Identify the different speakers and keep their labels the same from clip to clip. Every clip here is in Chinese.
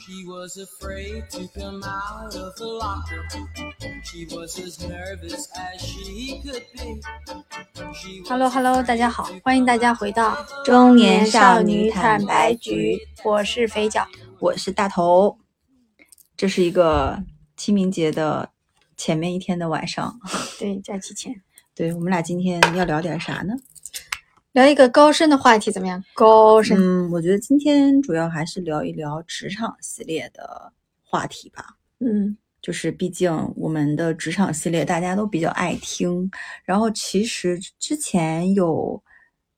Speaker 1: She was afraid to come out of the locker. She was as nervous as she could be. She was
Speaker 2: Hello Hello，大家好，欢迎大家回到
Speaker 3: 中年
Speaker 2: 少
Speaker 3: 少女
Speaker 2: 坦白
Speaker 3: 坦白
Speaker 2: 局
Speaker 3: 局，
Speaker 2: 我是肥脚。
Speaker 3: 我是大头，这是一个清明节的前面一天的晚上。
Speaker 2: 对，假期前
Speaker 3: 对我们俩今天要聊点啥呢？
Speaker 2: 聊一个高深的话题怎么样？高深，
Speaker 3: 嗯，我觉得今天主要还是聊一聊职场系列的话题吧。
Speaker 2: 嗯
Speaker 3: 就是毕竟我们的职场系列大家都比较爱听，然后其实之前有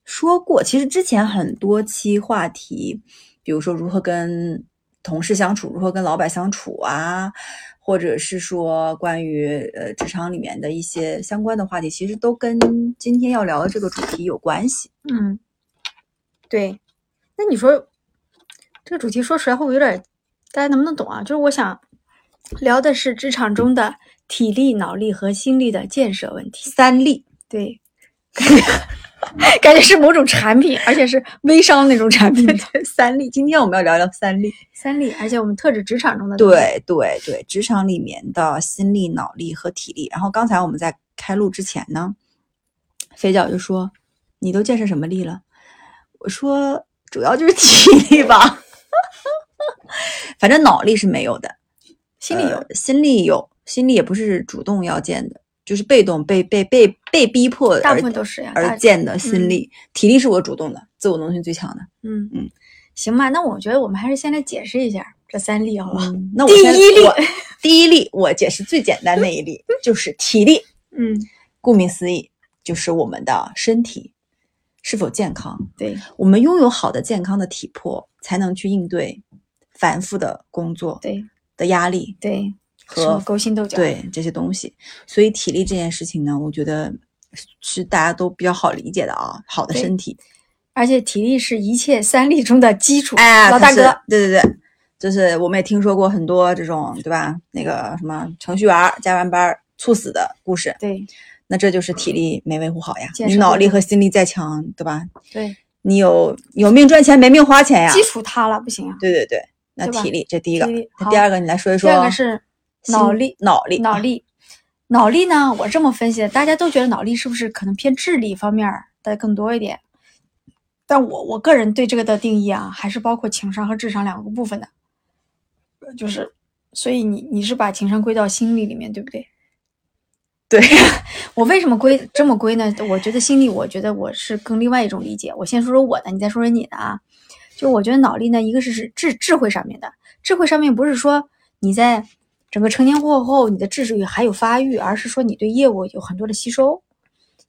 Speaker 3: 说过，其实之前很多期话题，比如说如何跟同事相处，如何跟老板相处啊，或者是说关于呃职场里面的一些相关的话题，其实都跟今天要聊的这个主题有关系。
Speaker 2: 嗯，对。那你说这个主题说出来会不会有点，大家能不能懂啊？就是我想聊的是职场中的体力、脑力和心力的建设问题。
Speaker 3: 三例，
Speaker 2: 对， 感觉感觉是某种产品，而且是微商那种产品。
Speaker 3: 三例，今天我们要聊聊三例。
Speaker 2: 三例，而且我们特指职场中的东西
Speaker 3: 对对对，职场里面的心力、脑力和体力。然后刚才我们在开录之前呢，肥脚就说：“你都建设什么力了？”我说：“主要就是体力吧， 反正脑力是没有的，
Speaker 2: 心里有。
Speaker 3: 呃心力有，心力也不是主动要建的，就是被动被被被被逼迫
Speaker 2: 大
Speaker 3: 而
Speaker 2: 部分都是呀，大
Speaker 3: 而建的心
Speaker 2: 嗯
Speaker 3: 力。体力是我主动的，自我能力最强的。
Speaker 2: 嗯
Speaker 3: 嗯，
Speaker 2: 行吧，那我觉得我们还是先来解释一下这三例，好不好？
Speaker 3: 嗯，那我
Speaker 2: 第
Speaker 3: 先
Speaker 2: 一例
Speaker 3: 我第一例，我解释最简单那一例，就是体力。”
Speaker 2: 嗯，
Speaker 3: 顾名思义，就是我们的身体是否健康。
Speaker 2: 对，
Speaker 3: 我们拥有好的健康的体魄，才能去应对繁复的工作
Speaker 2: 对，
Speaker 3: 的压力
Speaker 2: 对，什么
Speaker 3: 和
Speaker 2: 勾心斗角，，
Speaker 3: 对这些东西。所以体力这件事情呢，我觉得是大家都比较好理解的啊。好的
Speaker 2: 对
Speaker 3: 身体，
Speaker 2: 而且体力是一切三例中的基础。
Speaker 3: 哎，
Speaker 2: 老大
Speaker 3: 它是
Speaker 2: 哥，，
Speaker 3: 对对对。就是我们也听说过很多这种，对吧？那个什么程序员儿加完班儿猝死的故事，
Speaker 2: 对
Speaker 3: 那这就是
Speaker 2: 嗯
Speaker 3: 体力没维护好呀。
Speaker 2: 建
Speaker 3: 你
Speaker 2: 设
Speaker 3: 脑
Speaker 2: 不
Speaker 3: 力
Speaker 2: 足
Speaker 3: 和心力再强，对吧？
Speaker 2: 对，
Speaker 3: 你有有命赚钱没命花哎钱呀？
Speaker 2: 基础塌了不行啊。
Speaker 3: 对对对，那
Speaker 2: 对吧
Speaker 3: 体力这第一个
Speaker 2: 体力，
Speaker 3: 那
Speaker 2: 好
Speaker 3: 第二个你来说一
Speaker 2: 第
Speaker 3: 说。
Speaker 2: 二个是
Speaker 3: 心
Speaker 2: 脑力，
Speaker 3: 脑力，啊
Speaker 2: 脑力，脑力呢？我这么分析的，大家都觉得脑力是不是可能偏智力方面儿的更多一点？但我我个人对这个的定义啊，还是包括情商和智商两个部分的，呃就是，所以你你是把情商归到心力里面，对不对？
Speaker 3: 对，
Speaker 2: 我为什么归这么归呢？我觉得心力，我觉得我是更另外一种理解。我先说说我的，你再说说你的啊。就我觉得脑力呢，一个是是智智慧上面的，智慧上面不是说你在整个成年过后你的智慧还有发育，而是说你对业务有很多的吸收，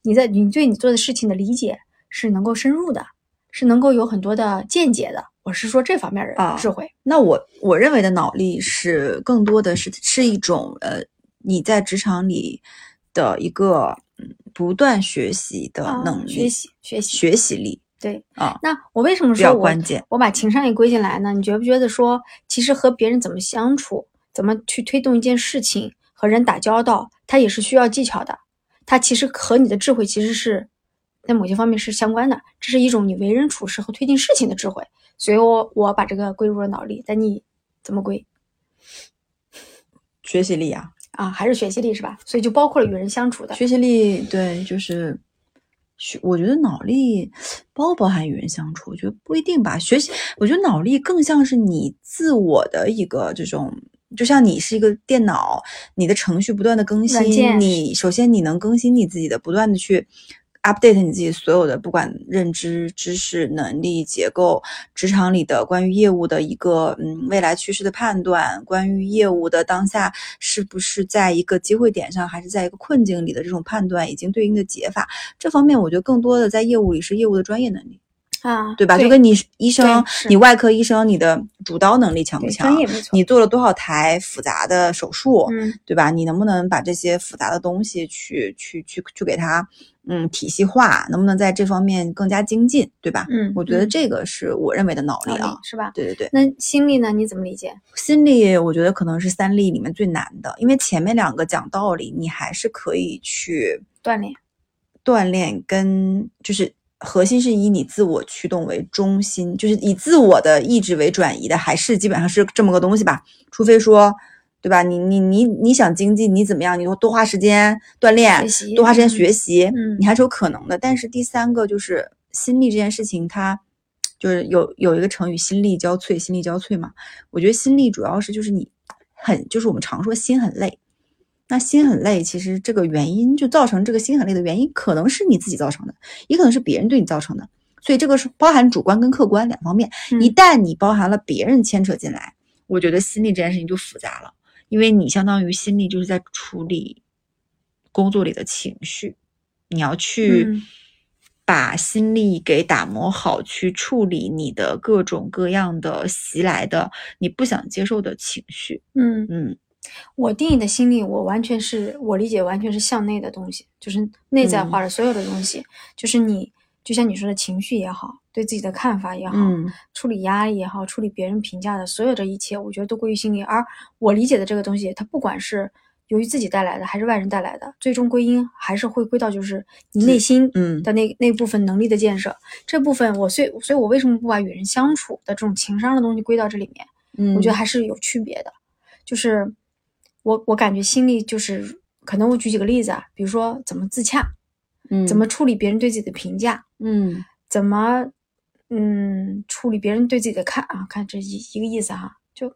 Speaker 2: 你在你对你做的事情的理解是能够深入的，是能够有很多的见解的。我是说这方面的
Speaker 3: 啊
Speaker 2: 智慧，
Speaker 3: 那我我认为的脑力是更多的是是一种呃你在职场里的一个嗯不断学习的
Speaker 2: 啊
Speaker 3: 能力，
Speaker 2: 学习学习
Speaker 3: 学习力
Speaker 2: 对
Speaker 3: 啊
Speaker 2: 那我为什么
Speaker 3: 比
Speaker 2: 说
Speaker 3: 较
Speaker 2: 我
Speaker 3: 关键。
Speaker 2: 我把情商也归进来呢？你觉不觉得说，其实和别人怎么相处，怎么去推动一件事情，和人打交道，它也是需要技巧的。它其实和你的智慧其实是在某些方面是相关的。这是一种你为人处事和推进事情的智慧。所以我我把这个归入了脑力。但你怎么归
Speaker 3: 学习力啊，
Speaker 2: 啊？还是学习力是吧？所以就包括了与人相处的。
Speaker 3: 学习力对，就是学。我觉得脑力包不包含与人相处，我觉得不一定吧。学习，我觉得脑力更像是你自我的一个这种，就像你是一个电脑，你的程序不断的更
Speaker 2: 软件
Speaker 3: 新，你首先你能更新你自己的，不断的去 update 你自己所有的，不管认知、知识、能力、结构，职场里的关于业务的一个嗯未来趋势的判断，关于业务的当下是不是在一个机会点上，还是在一个困境里的这种判断，以及对应的解法，这方面我觉得更多的在业务里是业务的专业能力，
Speaker 2: 啊，
Speaker 3: 对吧？就跟你是医生
Speaker 2: 对是，
Speaker 3: 你外科医生，你的主刀能力强不
Speaker 2: 对
Speaker 3: 强
Speaker 2: 专？业没错。
Speaker 3: 你做了多少台复杂的手术，
Speaker 2: 嗯，
Speaker 3: 对吧？你能不能把这些复杂的东西去去去去给它，嗯，体系化？能不能在这方面更加精进，对吧？
Speaker 2: 嗯
Speaker 3: 我觉得
Speaker 2: 嗯
Speaker 3: 这个是我认为的脑力
Speaker 2: 脑力
Speaker 3: 啊。
Speaker 2: 是吧？
Speaker 3: 对对对，
Speaker 2: 那心力呢？你怎么理解？
Speaker 3: 心力我觉得可能是三力里面最难的，因为前面两个讲道理，你还是可以去
Speaker 2: 锻炼
Speaker 3: 锻炼跟就是核心是以你自我驱动为中心，就是以自我的意志为转移的，还是基本上是这么个东西吧。除非说，对吧？你你你你想经济，你怎么样？你多花时间锻炼
Speaker 2: 学，习
Speaker 3: 多花时间
Speaker 2: 嗯
Speaker 3: 学习，
Speaker 2: 嗯
Speaker 3: 你还是有可能的。但是第三个就是心力这件事情，它就是有有一个成语“心力交瘁”，心力交瘁嘛。我觉得心力主要是就是你很就是我们常说心很累，那心很累，其实这个原因就造成这个心很累的原因，可能是你自己造成的，也可能是别人对你造成的。所以这个是包含主观跟客观两方面。一
Speaker 2: 嗯
Speaker 3: 旦你包含了别人牵扯进来，我觉得心力这件事情就复杂了，因为你相当于心力就是在处理工作里的情绪，你要去
Speaker 2: 嗯
Speaker 3: 把心力给打磨好，去处理你的各种各样的袭来的你不想接受的情绪。
Speaker 2: 嗯，
Speaker 3: 嗯，
Speaker 2: 我定义的心力，我完全是我理解，完全是向内的东西，就是内在
Speaker 3: 嗯
Speaker 2: 化的所有的东西，就是你就像你说的情绪也好，对自己的看法也好，
Speaker 3: 嗯
Speaker 2: 处理压力也好，处理别人评价的所有的一切，我觉得都归于心理。而我理解的这个东西，它不管是由于自己带来的，还是外人带来的，最终归因还是会归到就是你内心
Speaker 3: 嗯
Speaker 2: 的那、那部分能力的建设。这部分我所以所以我为什么不把与人相处的这种情商的东西归到这里面？
Speaker 3: 嗯
Speaker 2: 我觉得还是有区别的。就是我我感觉心力就是可能我举几个例子啊，比如说怎么自洽，怎么处理别人对自己的评价，
Speaker 3: 嗯
Speaker 2: 怎么嗯处理别人对自己的看啊，看这一一个意思哈、就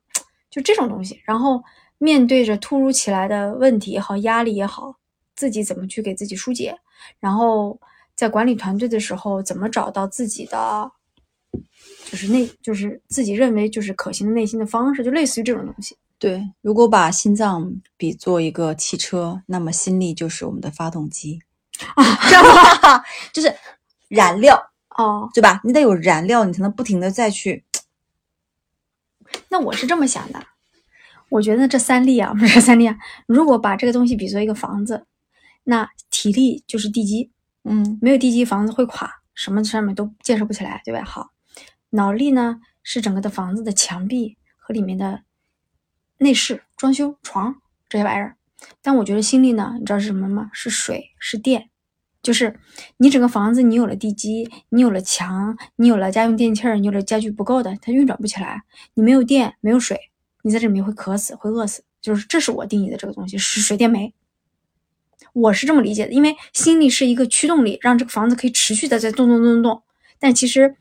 Speaker 2: 就这种东西。然后面对着突如其来的问题也好，压力也好，自己怎么去给自己疏解，然后在管理团队的时候，怎么找到自己的。就是内，就是自己认为就是可行的内心的方式，就类似于这种东西。
Speaker 3: 对，如果把心脏比作一个汽车，那么心力就是我们的发 动机，知道吗？就是燃料，
Speaker 2: 哦，
Speaker 3: 对吧？你得有燃料，你才能不停的再去。
Speaker 2: 那我是这么想的，我觉得这三例啊，不是三例啊，如果把这个东西比作一个房子，那体力就是地基，
Speaker 3: 嗯
Speaker 2: 没有地基房子会垮，什么上面都建设不起来，对吧？好，脑力呢是整个的房子的墙壁和里面的内饰、装修、床这些玩意儿，但我觉得心力呢，你知道是什么吗？是水，是电。就是你整个房子，你有了地基，你有了墙，你有了家用电器儿，你有了家具不够的，它运转不起来。你没有电，没有水，你在这里面会渴死，会饿死。就是这是我定义的这个东西，是水电煤。我是这么理解的，因为心力是一个驱动力，让这个房子可以持续的在动动动动动。但其实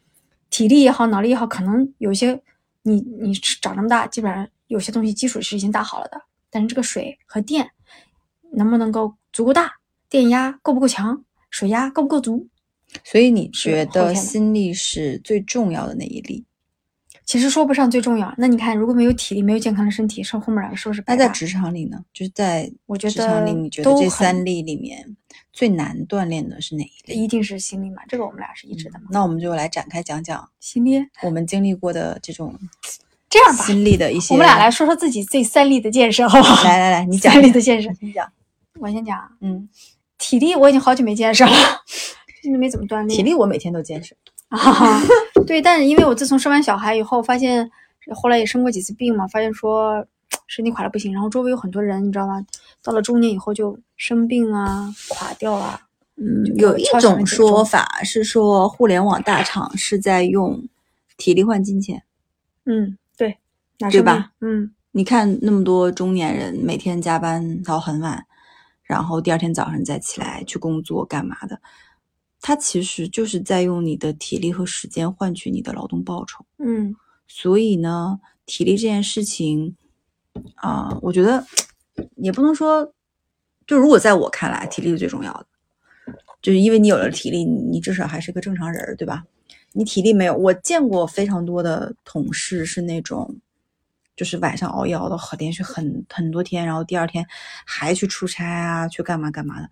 Speaker 2: 体力也好，脑力也好，可能有些你你长这么大，基本上有些东西基础是已经打好了的，但是这个水和电能不能够足够大，电压够不够强，水压够不够足，
Speaker 3: 所以你
Speaker 2: 是
Speaker 3: 觉
Speaker 2: 后
Speaker 3: 得
Speaker 2: 天的
Speaker 3: 心力是最重要的那一力？
Speaker 2: 其实说不上最重要。那你看，如果没有体力，没有健康的身体，上后面两个是不是白
Speaker 3: 那在
Speaker 2: 搭
Speaker 3: 职场里呢？就是在
Speaker 2: 我觉
Speaker 3: 职场里，
Speaker 2: 得
Speaker 3: 你觉得
Speaker 2: 都
Speaker 3: 这
Speaker 2: 很
Speaker 3: 三力里面最难锻炼的是哪一力？嗯
Speaker 2: 一定是心力嘛，这个我们俩是一致的嘛。
Speaker 3: 那我们就来展开讲讲
Speaker 2: 心力，
Speaker 3: 我们经历过的这种
Speaker 2: 这样吧，
Speaker 3: 心力的一些。
Speaker 2: 我们俩来说说自己这三力的建设，好不好？
Speaker 3: 来来来，你讲
Speaker 2: 三
Speaker 3: 一
Speaker 2: 力
Speaker 3: 下
Speaker 2: 的建设，
Speaker 3: 你讲，
Speaker 2: 我先讲啊
Speaker 3: 嗯，
Speaker 2: 体力，我已经好久没健身了，真的没怎么锻炼。
Speaker 3: 体力我每天都健身，
Speaker 2: 啊， 对，但是因为我自从生完小孩以后，发现后来也生过几次病嘛，发现说身体垮的不行，然后周围有很多人，你知道吗？到了中年以后就生病啊，垮掉啊，
Speaker 3: 嗯
Speaker 2: 就，
Speaker 3: 有
Speaker 2: 有
Speaker 3: 一
Speaker 2: 超强
Speaker 3: 种
Speaker 2: 的减
Speaker 3: 说
Speaker 2: 重
Speaker 3: 法是说，互联网大厂是在用体力换金钱。
Speaker 2: 嗯，对，哪
Speaker 3: 对
Speaker 2: 生病
Speaker 3: 吧？
Speaker 2: 嗯，
Speaker 3: 你看那么多中年人每天加班到很晚，然后第二天早上再起来去工作干嘛的，他其实就是在用你的体力和时间换取你的劳动报酬。
Speaker 2: 嗯，
Speaker 3: 所以呢，体力这件事情，啊、我觉得也不能说，就如果在我看来，体力是最重要的，就是因为你有了体力，你你至少还是个正常人儿，对吧？你体力没有，我见过非常多的同事是那种，就是晚上熬夜熬到很连续很很多天，然后第二天还去出差啊，去干嘛干嘛的。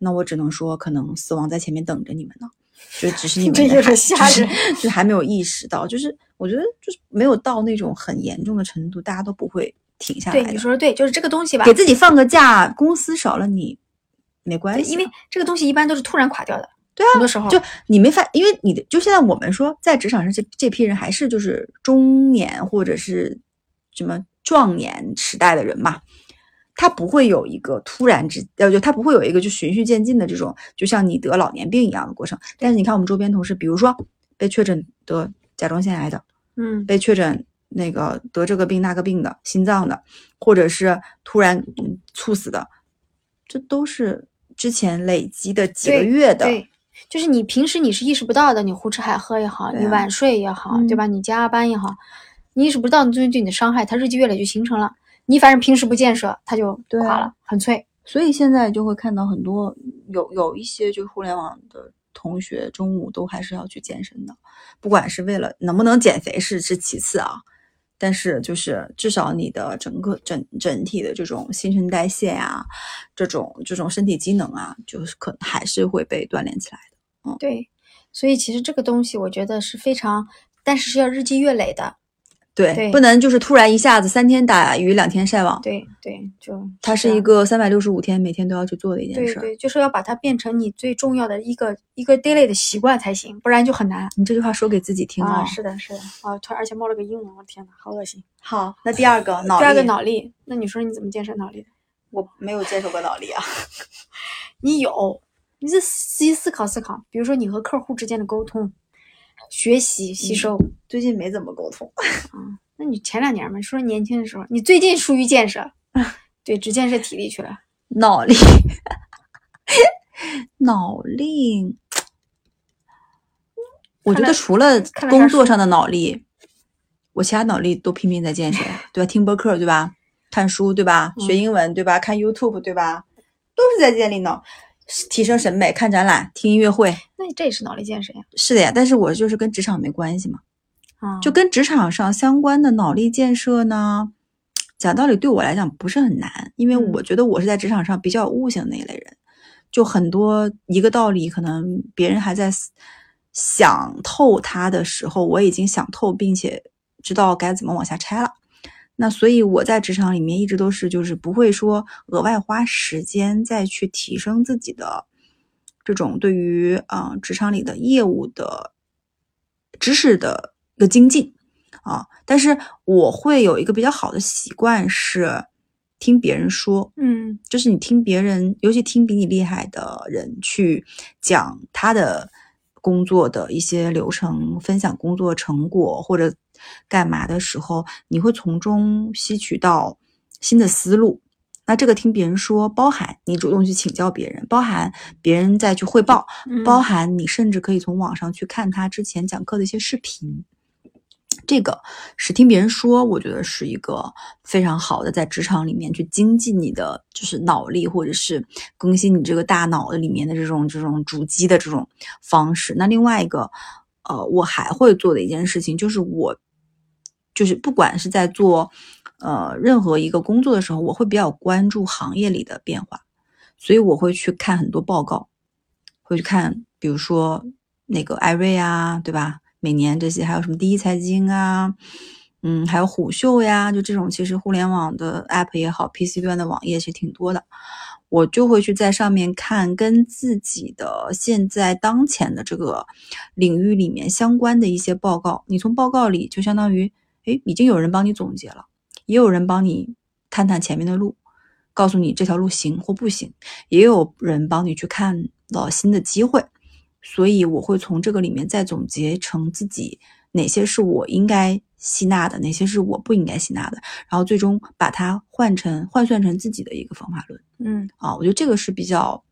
Speaker 3: 那我只能说，可能死亡在前面等着你们呢，就只是你们
Speaker 2: 这
Speaker 3: 的
Speaker 2: 有点
Speaker 3: 还
Speaker 2: 吓
Speaker 3: 就是
Speaker 2: 人
Speaker 3: 就还没有意识到，就是我觉得就是没有到那种很严重的程度，大家都不会停下来
Speaker 2: 对，
Speaker 3: 的。
Speaker 2: 你说的对，就是这个东西吧
Speaker 3: 给，自己放个假，公司少了你没关
Speaker 2: 对
Speaker 3: 系，
Speaker 2: 因为这个东西一般都是突然垮掉的，
Speaker 3: 对啊
Speaker 2: 很多时候
Speaker 3: 就你没发，因为你的就现在我们说在职场上这这批人还是就是中年或者是什么壮年时代的人嘛，它不会有一个突然之，呃，就它不会有一个就循序渐进的这种，就像你得老年病一样的过程。但是你看我们周边同事，比如说被确诊得甲状腺癌的，
Speaker 2: 嗯
Speaker 3: 被确诊那个得这个病那个病的，心脏的，或者是突然嗯猝死的，这都是之前累积的几个
Speaker 2: 对
Speaker 3: 月的。
Speaker 2: 对，就是你平时你是意识不到的，你胡吃海喝也好，
Speaker 3: 对
Speaker 2: 你
Speaker 3: 啊嗯
Speaker 2: 晚睡也好，对吧？你加班也好，你意识不到你对对你的伤害，它日积月累就形成了。你反正平时不建设，它就
Speaker 3: 对啊
Speaker 2: 垮了，很脆。
Speaker 3: 所以现在就会看到很多有有一些就互联网的同学中午都还是要去健身的，不管是为了能不能减肥是是其次啊，但是就是至少你的整个整整体的这种新陈代谢啊，这种这种身体机能啊，就是可还是会被锻炼起来的。
Speaker 2: 对，所以其实这个东西我觉得是非常，但是是要日积月累的。
Speaker 3: 对，
Speaker 2: 对
Speaker 3: 不能就是突然一下子三天打鱼两天晒网，
Speaker 2: 对对，就
Speaker 3: 它
Speaker 2: 这
Speaker 3: 是一
Speaker 2: 样
Speaker 3: 个三百六十五天每天都要去做的一件
Speaker 2: 对
Speaker 3: 事儿。
Speaker 2: 对，就是要把它变成你最重要的一个一个 daily 的习惯才行，不然就很难。
Speaker 3: 你这句话说给自己听
Speaker 2: 啊，
Speaker 3: 哦
Speaker 2: 是的，是的，啊，突然而且冒了个英文，我的天呐，好恶心。
Speaker 3: 好，那第二个脑
Speaker 2: 第二个
Speaker 3: 力
Speaker 2: 脑力，那你说你怎么建设脑力的？
Speaker 3: 我没有接受过脑力啊。
Speaker 2: 你有，你是仔细思考思考，比如说你和客户之间的沟通、学习、
Speaker 3: 嗯
Speaker 2: 吸收。
Speaker 3: 最近没怎么沟通。
Speaker 2: 那你前两年嘛，说年轻的时候，你最近疏于建 设，对，只建设体力去了。
Speaker 3: 脑力， 脑力，我觉
Speaker 2: 看了
Speaker 3: 得除了
Speaker 2: 看了
Speaker 3: 工
Speaker 2: 啥
Speaker 3: 作
Speaker 2: 书
Speaker 3: 上的脑力，我其他脑力都拼命在建设，对吧？听播客，对吧？看书，对吧？学
Speaker 2: 嗯
Speaker 3: 英文，对吧？看 YouTube，对吧？都是在建立脑，提升审美，看展览，听音乐会，
Speaker 2: 那你这也是脑力建设呀。
Speaker 3: 是的呀。但是我就是跟职场没关系嘛。
Speaker 2: 啊，
Speaker 3: 就跟职场上相关的脑力建设呢，讲道理对我来讲不是很难，因为
Speaker 2: 嗯
Speaker 3: 我觉得我是在职场上比较有悟性的那一类人，就很多一个道理，可能别人还在思想透它的时候，我已经想透，并且知道该怎么往下拆了。那所以我在职场里面一直都是，就是不会说额外花时间再去提升自己的这种对于啊、呃职场里的业务的知识的一个精进啊。但是我会有一个比较好的习惯是听别人说，
Speaker 2: 嗯，
Speaker 3: 就是你听别人，尤其听比你厉害的人去讲他的工作的一些流程，分享工作成果或者干嘛的时候，你会从中吸取到新的思路。那这个听别人说，包含你主动去请教别人，包含别人再去汇报，
Speaker 2: 嗯
Speaker 3: 包含你甚至可以从网上去看他之前讲课的一些视频。这个是听别人说，我觉得是一个非常好的在职场里面去精进你的就是脑力，或者是更新你这个大脑里面的这种这种主机的这种方式。那另外一个，呃，我还会做的一件事情就是我，就是不管是在做呃任何一个工作的时候，我会比较关注行业里的变化，所以我会去看很多报告，会去看，比如说那个艾瑞啊，对吧？每年这些还有什么第一财经啊，嗯，还有虎嗅呀，就这种其实互联网的 app 也好，PC 端的网页其实挺多的。我就会去在上面看跟自己的现在当前的这个领域里面相关的一些报告。你从报告里就相当于，诶，已经有人帮你总结了，也有人帮你探探前面的路，告诉你这条路行或不行，也有人帮你去看到新的机会。所以我会从这个里面再总结成自己哪些是我应该吸纳的，哪些是我不应该吸纳的，然后最终把它换成换算成自己的一个方法论。
Speaker 2: 嗯
Speaker 3: 啊，我觉得这个是比较，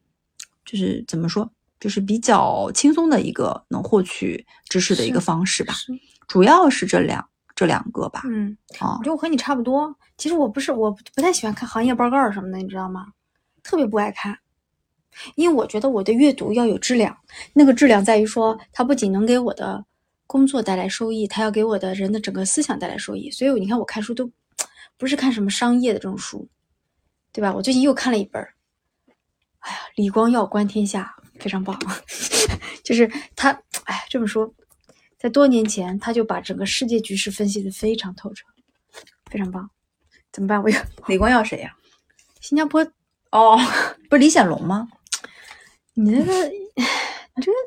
Speaker 3: 就是怎么说，就是比较轻松的一个能获取知识的一
Speaker 2: 是
Speaker 3: 个方式吧。
Speaker 2: 嗯是
Speaker 3: 主要是这两这两个吧。
Speaker 2: 嗯。
Speaker 3: 啊
Speaker 2: 我觉，得我和你差不多。其实我不是，我不不太喜欢看行业报告什么的，你知道吗？特别不爱看，因为我觉得我的阅读要有质量。那个质量在于说，它不仅能给我的工作带来收益，它要给我的人的整个思想带来收益。所以你看，我看书都不是看什么商业的这种书，对吧？我最近又看了一本儿，哎呀，《李光耀观天下》，非常棒。 就是他，哎，这么说，在多年前他就把整个世界局势分析的非常透彻。非常棒。怎么办？我有
Speaker 3: 李光耀谁呀、
Speaker 2: 新加坡，
Speaker 3: 哦， 不是李显龙吗？
Speaker 2: 你那个，你这个，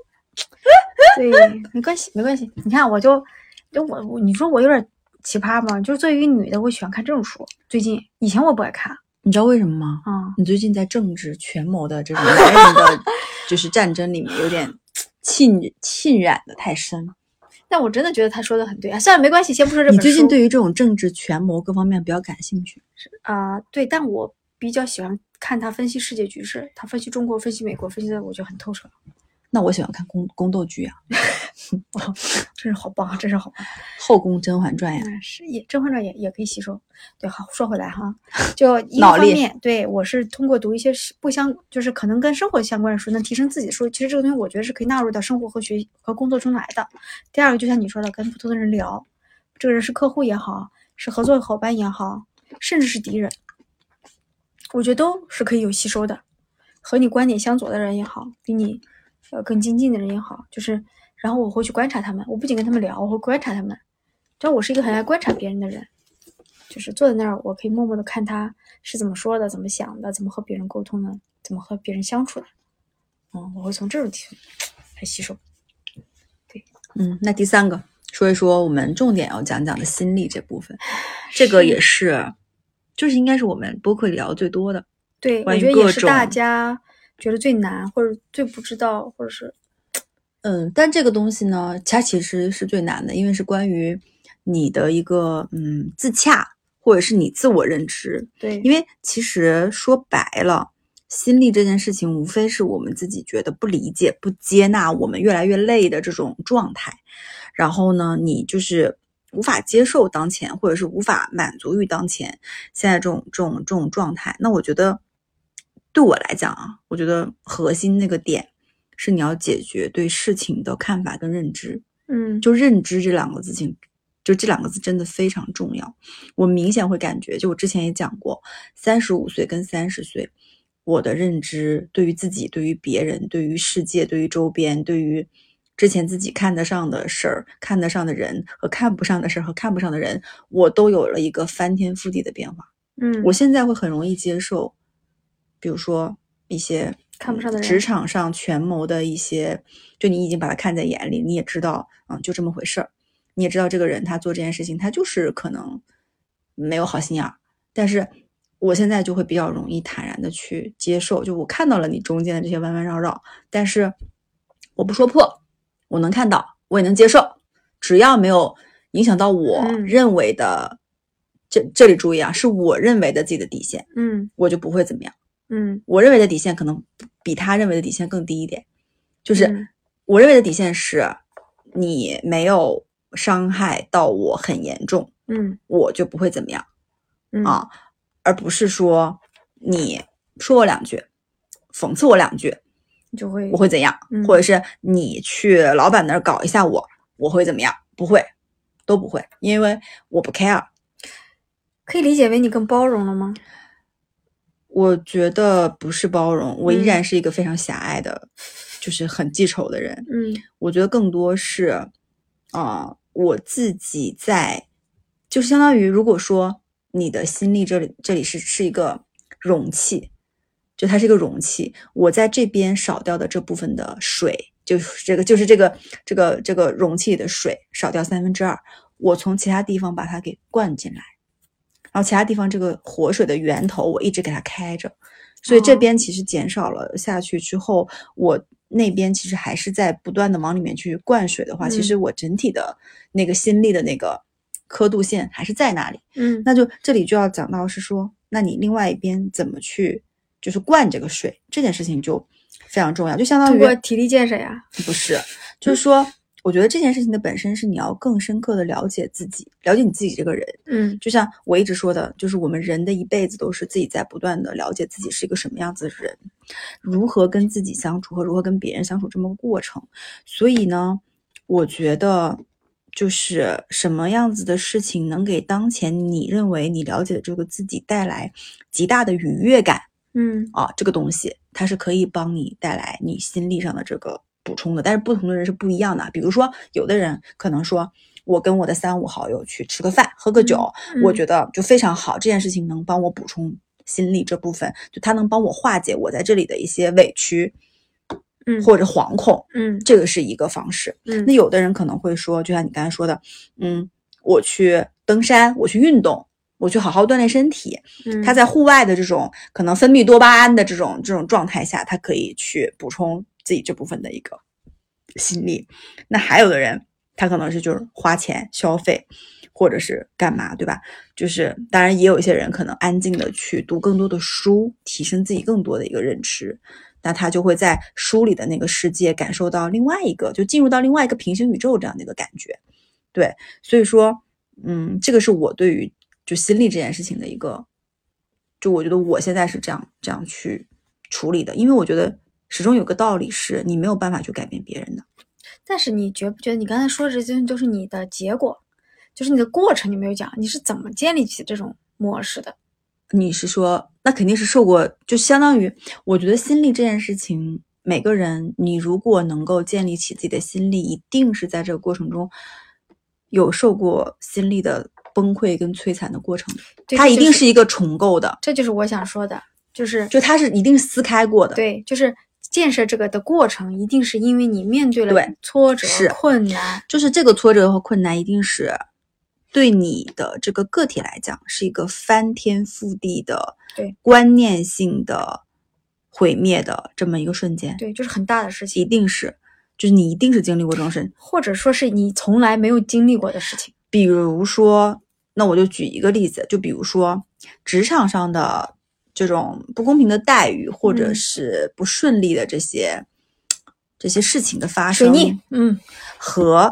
Speaker 2: 对，没关系，没关系。你看，我就，就我，我你说我有点奇葩吗？就是作为一个女的，我喜欢看这种书。最近，以前我不爱看，
Speaker 3: 你知道为什么吗？
Speaker 2: 啊，
Speaker 3: 你最近在政治权谋的这种男人 的，就是战争里面有点浸浸染的太深。
Speaker 2: 但我真的觉得他说的很对啊。算了，没关系，先不说这
Speaker 3: 你
Speaker 2: 本
Speaker 3: 最近
Speaker 2: 书
Speaker 3: 对于这种政治权谋各方面比较感兴趣，
Speaker 2: 啊、对，但我比较喜欢看他分析世界局势，他分析中国，分析美国，分析的我就很透彻，
Speaker 3: 那我喜欢看宫宫斗剧啊，
Speaker 2: 真是好棒，啊真是好棒。
Speaker 3: 《后宫甄嬛传》呀、
Speaker 2: 嗯，是也《甄嬛传》也也可以吸收。对，好，说回来哈， 就一个
Speaker 3: 脑
Speaker 2: 方
Speaker 3: 力
Speaker 2: 面，对我是通过读一些是不相，就是可能跟生活相关的书，能提升自己的书。其实这个东西我觉得是可以纳入到生活和学习和工作中来的。第二个，就像你说的，跟不同的人聊，这个人是客户也好，是合作伙伴也好，甚至是敌人，我觉得都是可以有吸收的。和你观点相左的人也好，比你呃更亲近的人也好，就是，然后我会去观察他们，我不仅跟他们聊，我会观察他们。只要我是一个很爱观察别人的人，就是坐在那儿，我可以默默的看他是怎么说的，怎么想的，怎么和别人沟通的，怎么和别人相处的。嗯，我会从这种地方来吸收。
Speaker 3: 嗯，那第三个说一说我们重点要讲讲的心力这部分，这个也是，就是应该是我们播客里聊最多的。
Speaker 2: 对，我
Speaker 3: 关于
Speaker 2: 觉得也
Speaker 3: 各
Speaker 2: 是大
Speaker 3: 种
Speaker 2: 家觉得最难，或者最不知道，或者是
Speaker 3: 嗯，但这个东西呢，它其实是最难的，因为是关于你的一个嗯自洽，或者是你自我认知。
Speaker 2: 对，
Speaker 3: 因为其实说白了，心力这件事情，无非是我们自己觉得不理解、不接纳，我们越来越累的这种状态。然后呢，你就是无法接受当前，或者是无法满足于当前现在这种这种这种状态。那我觉得，对我来讲啊，我觉得核心那个点是你要解决对事情的看法跟认知。
Speaker 2: 嗯，
Speaker 3: 就认知这两个字情，就这两个字真的非常重要。我明显会感觉，就我之前也讲过，三十五岁跟三十岁，我的认知对于自己、对于别人、对于世界、对于周边、对于之前自己看得上的事儿、看得上的人和看不上的事儿和看不上的人，我都有了一个翻天覆地的变化。
Speaker 2: 嗯，
Speaker 3: 我现在会很容易接受，比如说一些
Speaker 2: 看不
Speaker 3: 嗯
Speaker 2: 上的
Speaker 3: 职
Speaker 2: 人
Speaker 3: 场上权谋的一些，就你已经把他看在眼里，你也知道，嗯，就这么回事儿，你也知道这个人他做这件事情，他就是可能没有好心眼儿，但是我现在就会比较容易坦然的去接受，就我看到了你中间的这些弯弯绕绕，但是我不说破，我能看到，我也能接受，只要没有影响到我
Speaker 2: 嗯
Speaker 3: 认为的，这这里注意啊，是我认为的自己的底线，
Speaker 2: 嗯
Speaker 3: 我就不会怎么样。
Speaker 2: 嗯
Speaker 3: 我认为的底线可能比他认为的底线更低一点，就是
Speaker 2: 嗯
Speaker 3: 我认为的底线是你没有伤害到我很严重，
Speaker 2: 嗯
Speaker 3: 我就不会怎么样。
Speaker 2: 嗯
Speaker 3: 啊，而不是说你说我两句，讽刺我两句，
Speaker 2: 你就会
Speaker 3: 我会怎样，
Speaker 2: 嗯
Speaker 3: 或者是你去老板那儿搞一下我，我会怎么样？不会，都不会，因为我不 care。
Speaker 2: 可以理解为你更包容了吗？
Speaker 3: 我觉得不是包容，我依
Speaker 2: 嗯
Speaker 3: 然是一个非常狭隘的，就是很记仇的人。
Speaker 2: 嗯
Speaker 3: 我觉得更多是，啊、我自己在，就是相当于，如果说你的心力这里这里是是一个容器，就它是一个容器，我在这边少掉的这部分的水，就是这个就是这个这个这个容器里的水少掉三分之二，我从其他地方把它给灌进来，然后其他地方这个活水的源头我一直给它开着，所以这
Speaker 2: 哦
Speaker 3: 边其实减少了下去之后，我那边其实还是在不断的往里面去灌水的话，其
Speaker 2: 嗯
Speaker 3: 实我整体的那个心力的那个刻度线还是在那里。
Speaker 2: 嗯
Speaker 3: 那就这里就要讲到是说，那你另外一边怎么去就是灌这个水这件事情就非常重要，就相当
Speaker 2: 通
Speaker 3: 于
Speaker 2: 过体力建设呀，
Speaker 3: 不是，就是说，我觉得这件事情的本身是你要更深刻的了解自己，了解你自己这个人。
Speaker 2: 嗯
Speaker 3: 就像我一直说的，就是我们人的一辈子都是自己在不断的了解自己是一个什么样子的人，如何跟自己相处和如何跟别人相处这么个过程。所以呢，我觉得就是什么样子的事情能给当前你认为你了解的这个自己带来极大的愉悦感，
Speaker 2: 嗯
Speaker 3: 啊，这个东西它是可以帮你带来你心力上的这个补充的，但是不同的人是不一样的啊。比如说，有的人可能说，我跟我的三五好友去吃个饭、喝个酒，我
Speaker 2: 嗯
Speaker 3: 觉得就非常好，这件事情能帮我补充心力这部分，就它能帮我化解我在这里的一些委屈
Speaker 2: 嗯
Speaker 3: 或者惶恐，
Speaker 2: 嗯
Speaker 3: 这个是一个方式。
Speaker 2: 嗯
Speaker 3: 那有的人可能会说，就像你刚才说的，嗯，我去登山，我去运动，我去好好锻炼身体。
Speaker 2: 嗯
Speaker 3: 他在户外的这种可能分泌多巴胺的这种这种状态下，他可以去补充自己这部分的一个心力。那还有的人，他可能是就是花钱消费，或者是干嘛，对吧？就是当然也有一些人可能安静的去读更多的书，提升自己更多的一个认知。那他就会在书里的那个世界感受到另外一个，就进入到另外一个平行宇宙这样的一个感觉。对，所以说，嗯，这个是我对于就心力这件事情的一个，就我觉得我现在是这样这样去处理的，因为我觉得始终有个道理是你没有办法去改变别人的。
Speaker 2: 但是你觉不觉得你刚才说的这些都是你的结果，就是你的过程，你没有讲你是怎么建立起这种模式的？
Speaker 3: 你是说，那肯定是受过，就相当于，我觉得心力这件事情，每个人你如果能够建立起自己的心力，一定是在这个过程中有受过心力的崩溃跟摧残的过程的，
Speaker 2: 对
Speaker 3: 它
Speaker 2: 这
Speaker 3: 一
Speaker 2: 就
Speaker 3: 定是一个重构的，
Speaker 2: 这就是我想说的，就是
Speaker 3: 就它是一定是撕开过的。
Speaker 2: 对，就是建设这个的过程，一定是因为你面对了
Speaker 3: 对
Speaker 2: 挫折
Speaker 3: 是、
Speaker 2: 困难，
Speaker 3: 就是这个挫折和困难，一定是对你的这个个体来讲，是一个翻天覆地的、
Speaker 2: 对
Speaker 3: 观念性的毁灭的这么一个瞬间，
Speaker 2: 对，就是很大的事
Speaker 3: 一
Speaker 2: 情，
Speaker 3: 定是，就是你一定是经历过这种事。
Speaker 2: 或者说是你从来没有经历过的事情。
Speaker 3: 比如说，那我就举一个例子，就比如说职场上的这种不公平的待遇，或者
Speaker 2: 嗯
Speaker 3: 是不顺利的这些、这些事情的发
Speaker 2: 水
Speaker 3: 生，
Speaker 2: 逆，嗯
Speaker 3: 和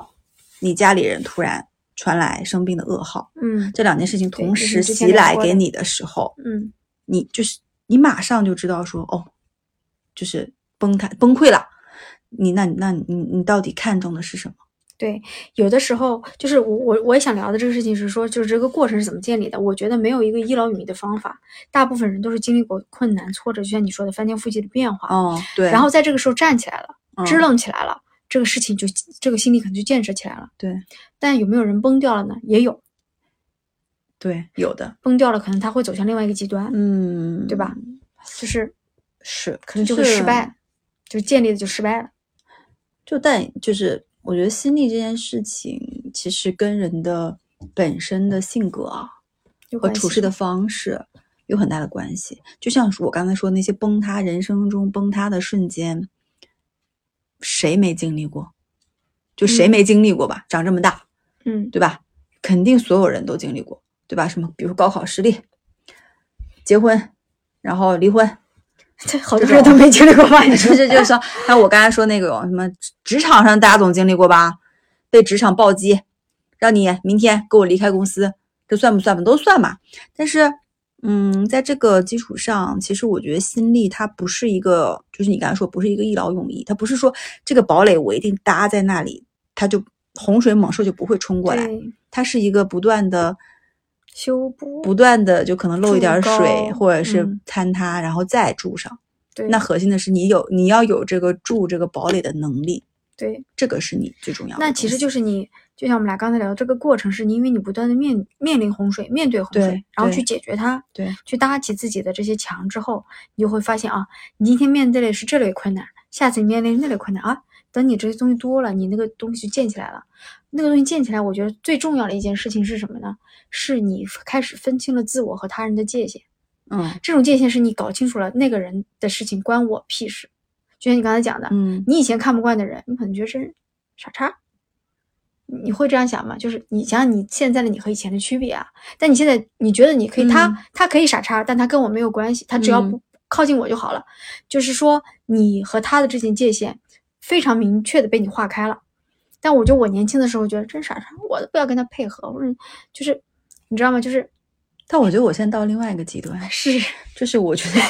Speaker 3: 你家里人突然传来生病的噩耗。
Speaker 2: 嗯
Speaker 3: 这两件事情
Speaker 2: 对
Speaker 3: 同
Speaker 2: 这是
Speaker 3: 时
Speaker 2: 之前
Speaker 3: 袭
Speaker 2: 聊
Speaker 3: 来
Speaker 2: 过
Speaker 3: 给
Speaker 2: 的
Speaker 3: 你的时候，
Speaker 2: 嗯，
Speaker 3: 你就是你马上就知道说哦，就是崩塌崩溃了。你那那你你到底看重的是什么？
Speaker 2: 对，有的时候就是我我我也想聊的这个事情是说，就是这个过程是怎么建立的？我觉得没有一个一劳永逸的方法，大部分人都是经历过困难、挫折，就像你说的翻天覆地的变化，
Speaker 3: 哦，对
Speaker 2: 然后在这个时候站起来了，支
Speaker 3: 嗯
Speaker 2: 棱起来了，这个事情就这个心理可能就建设起来了。
Speaker 3: 对
Speaker 2: 但有没有人崩掉了呢？也有，
Speaker 3: 对有的，
Speaker 2: 崩掉了，可能他会走向另外一个极端，
Speaker 3: 嗯，
Speaker 2: 对吧？就是
Speaker 3: 是，
Speaker 2: 可能就会失败，就建立的就失败了。
Speaker 3: 就但就是我觉得心力这件事情，其实跟人的本身的性格啊，
Speaker 2: 有
Speaker 3: 和
Speaker 2: 关
Speaker 3: 处
Speaker 2: 系
Speaker 3: 事的方式有很大的关系。就像是我刚才说那些崩塌，人生中崩塌的瞬间，谁没经历过？就谁
Speaker 2: 嗯
Speaker 3: 没经历过吧？长这么大，
Speaker 2: 嗯，
Speaker 3: 对吧？肯定所有人都经历过，对吧？什么，比如高考失利、结婚，然后离婚，
Speaker 2: 这好多
Speaker 3: 这
Speaker 2: 人都
Speaker 3: 种
Speaker 2: 没经历 过吧？你说
Speaker 3: 这这就是说，像我刚才说那个什么职职场上，大家总经历过吧？被职场暴击，让你明天给我离开公司，这算不算吧？都算嘛。但是，嗯，在这个基础上，其实我觉得心力它不是一个，就是你刚才说不是一个一劳永逸，它不是说这个堡垒我一定搭在那里，它就洪水猛兽就不会冲过来，
Speaker 2: 对，
Speaker 3: 它是一个不断的。
Speaker 2: 修补
Speaker 3: 不断的就可能漏一点儿
Speaker 2: 筑
Speaker 3: 水，
Speaker 2: 高
Speaker 3: 或者是
Speaker 2: 嗯
Speaker 3: 坍塌，然后再筑上。
Speaker 2: 对
Speaker 3: 那核心的是你有你要有这个筑这个堡垒的能力，
Speaker 2: 对，
Speaker 3: 这个是你最重要的东西。
Speaker 2: 那其实就是你，就像我们俩刚才聊的这个过程，是你因为你不断的面面临洪水，面对洪水
Speaker 3: 对，
Speaker 2: 然后
Speaker 3: 对
Speaker 2: 去解决它，
Speaker 3: 对
Speaker 2: 去搭起自己的这些墙之后，你就会发现啊，你今天面对的是这类困难，下次你面临那类困难啊。等你这些东西多了，你那个东西就建起来了。那个东西建起来，我觉得最重要的一件事情是什么呢？是你开始分清了自我和他人的界限。
Speaker 3: 嗯
Speaker 2: 这种界限是你搞清楚了那个人的事情关我屁事。就像你刚才讲的，
Speaker 3: 嗯，
Speaker 2: 你以前看不惯的人，你可能觉得这人傻叉，你你会这样想吗？就是你想想你现在的你和以前的区别啊。但你现在你觉得你可以，
Speaker 3: 嗯
Speaker 2: 他他可以傻叉，但他跟我没有关系，他只要
Speaker 3: 嗯
Speaker 2: 不靠近我就好了。就是说你和他的这些界限非常明确的被你划开了。但我觉得我年轻的时候觉得真傻叉，我都不要跟他配合，我说就是你知道吗？就是
Speaker 3: 但我觉得我现在到另外一个极端，
Speaker 2: 是
Speaker 3: 就是我觉得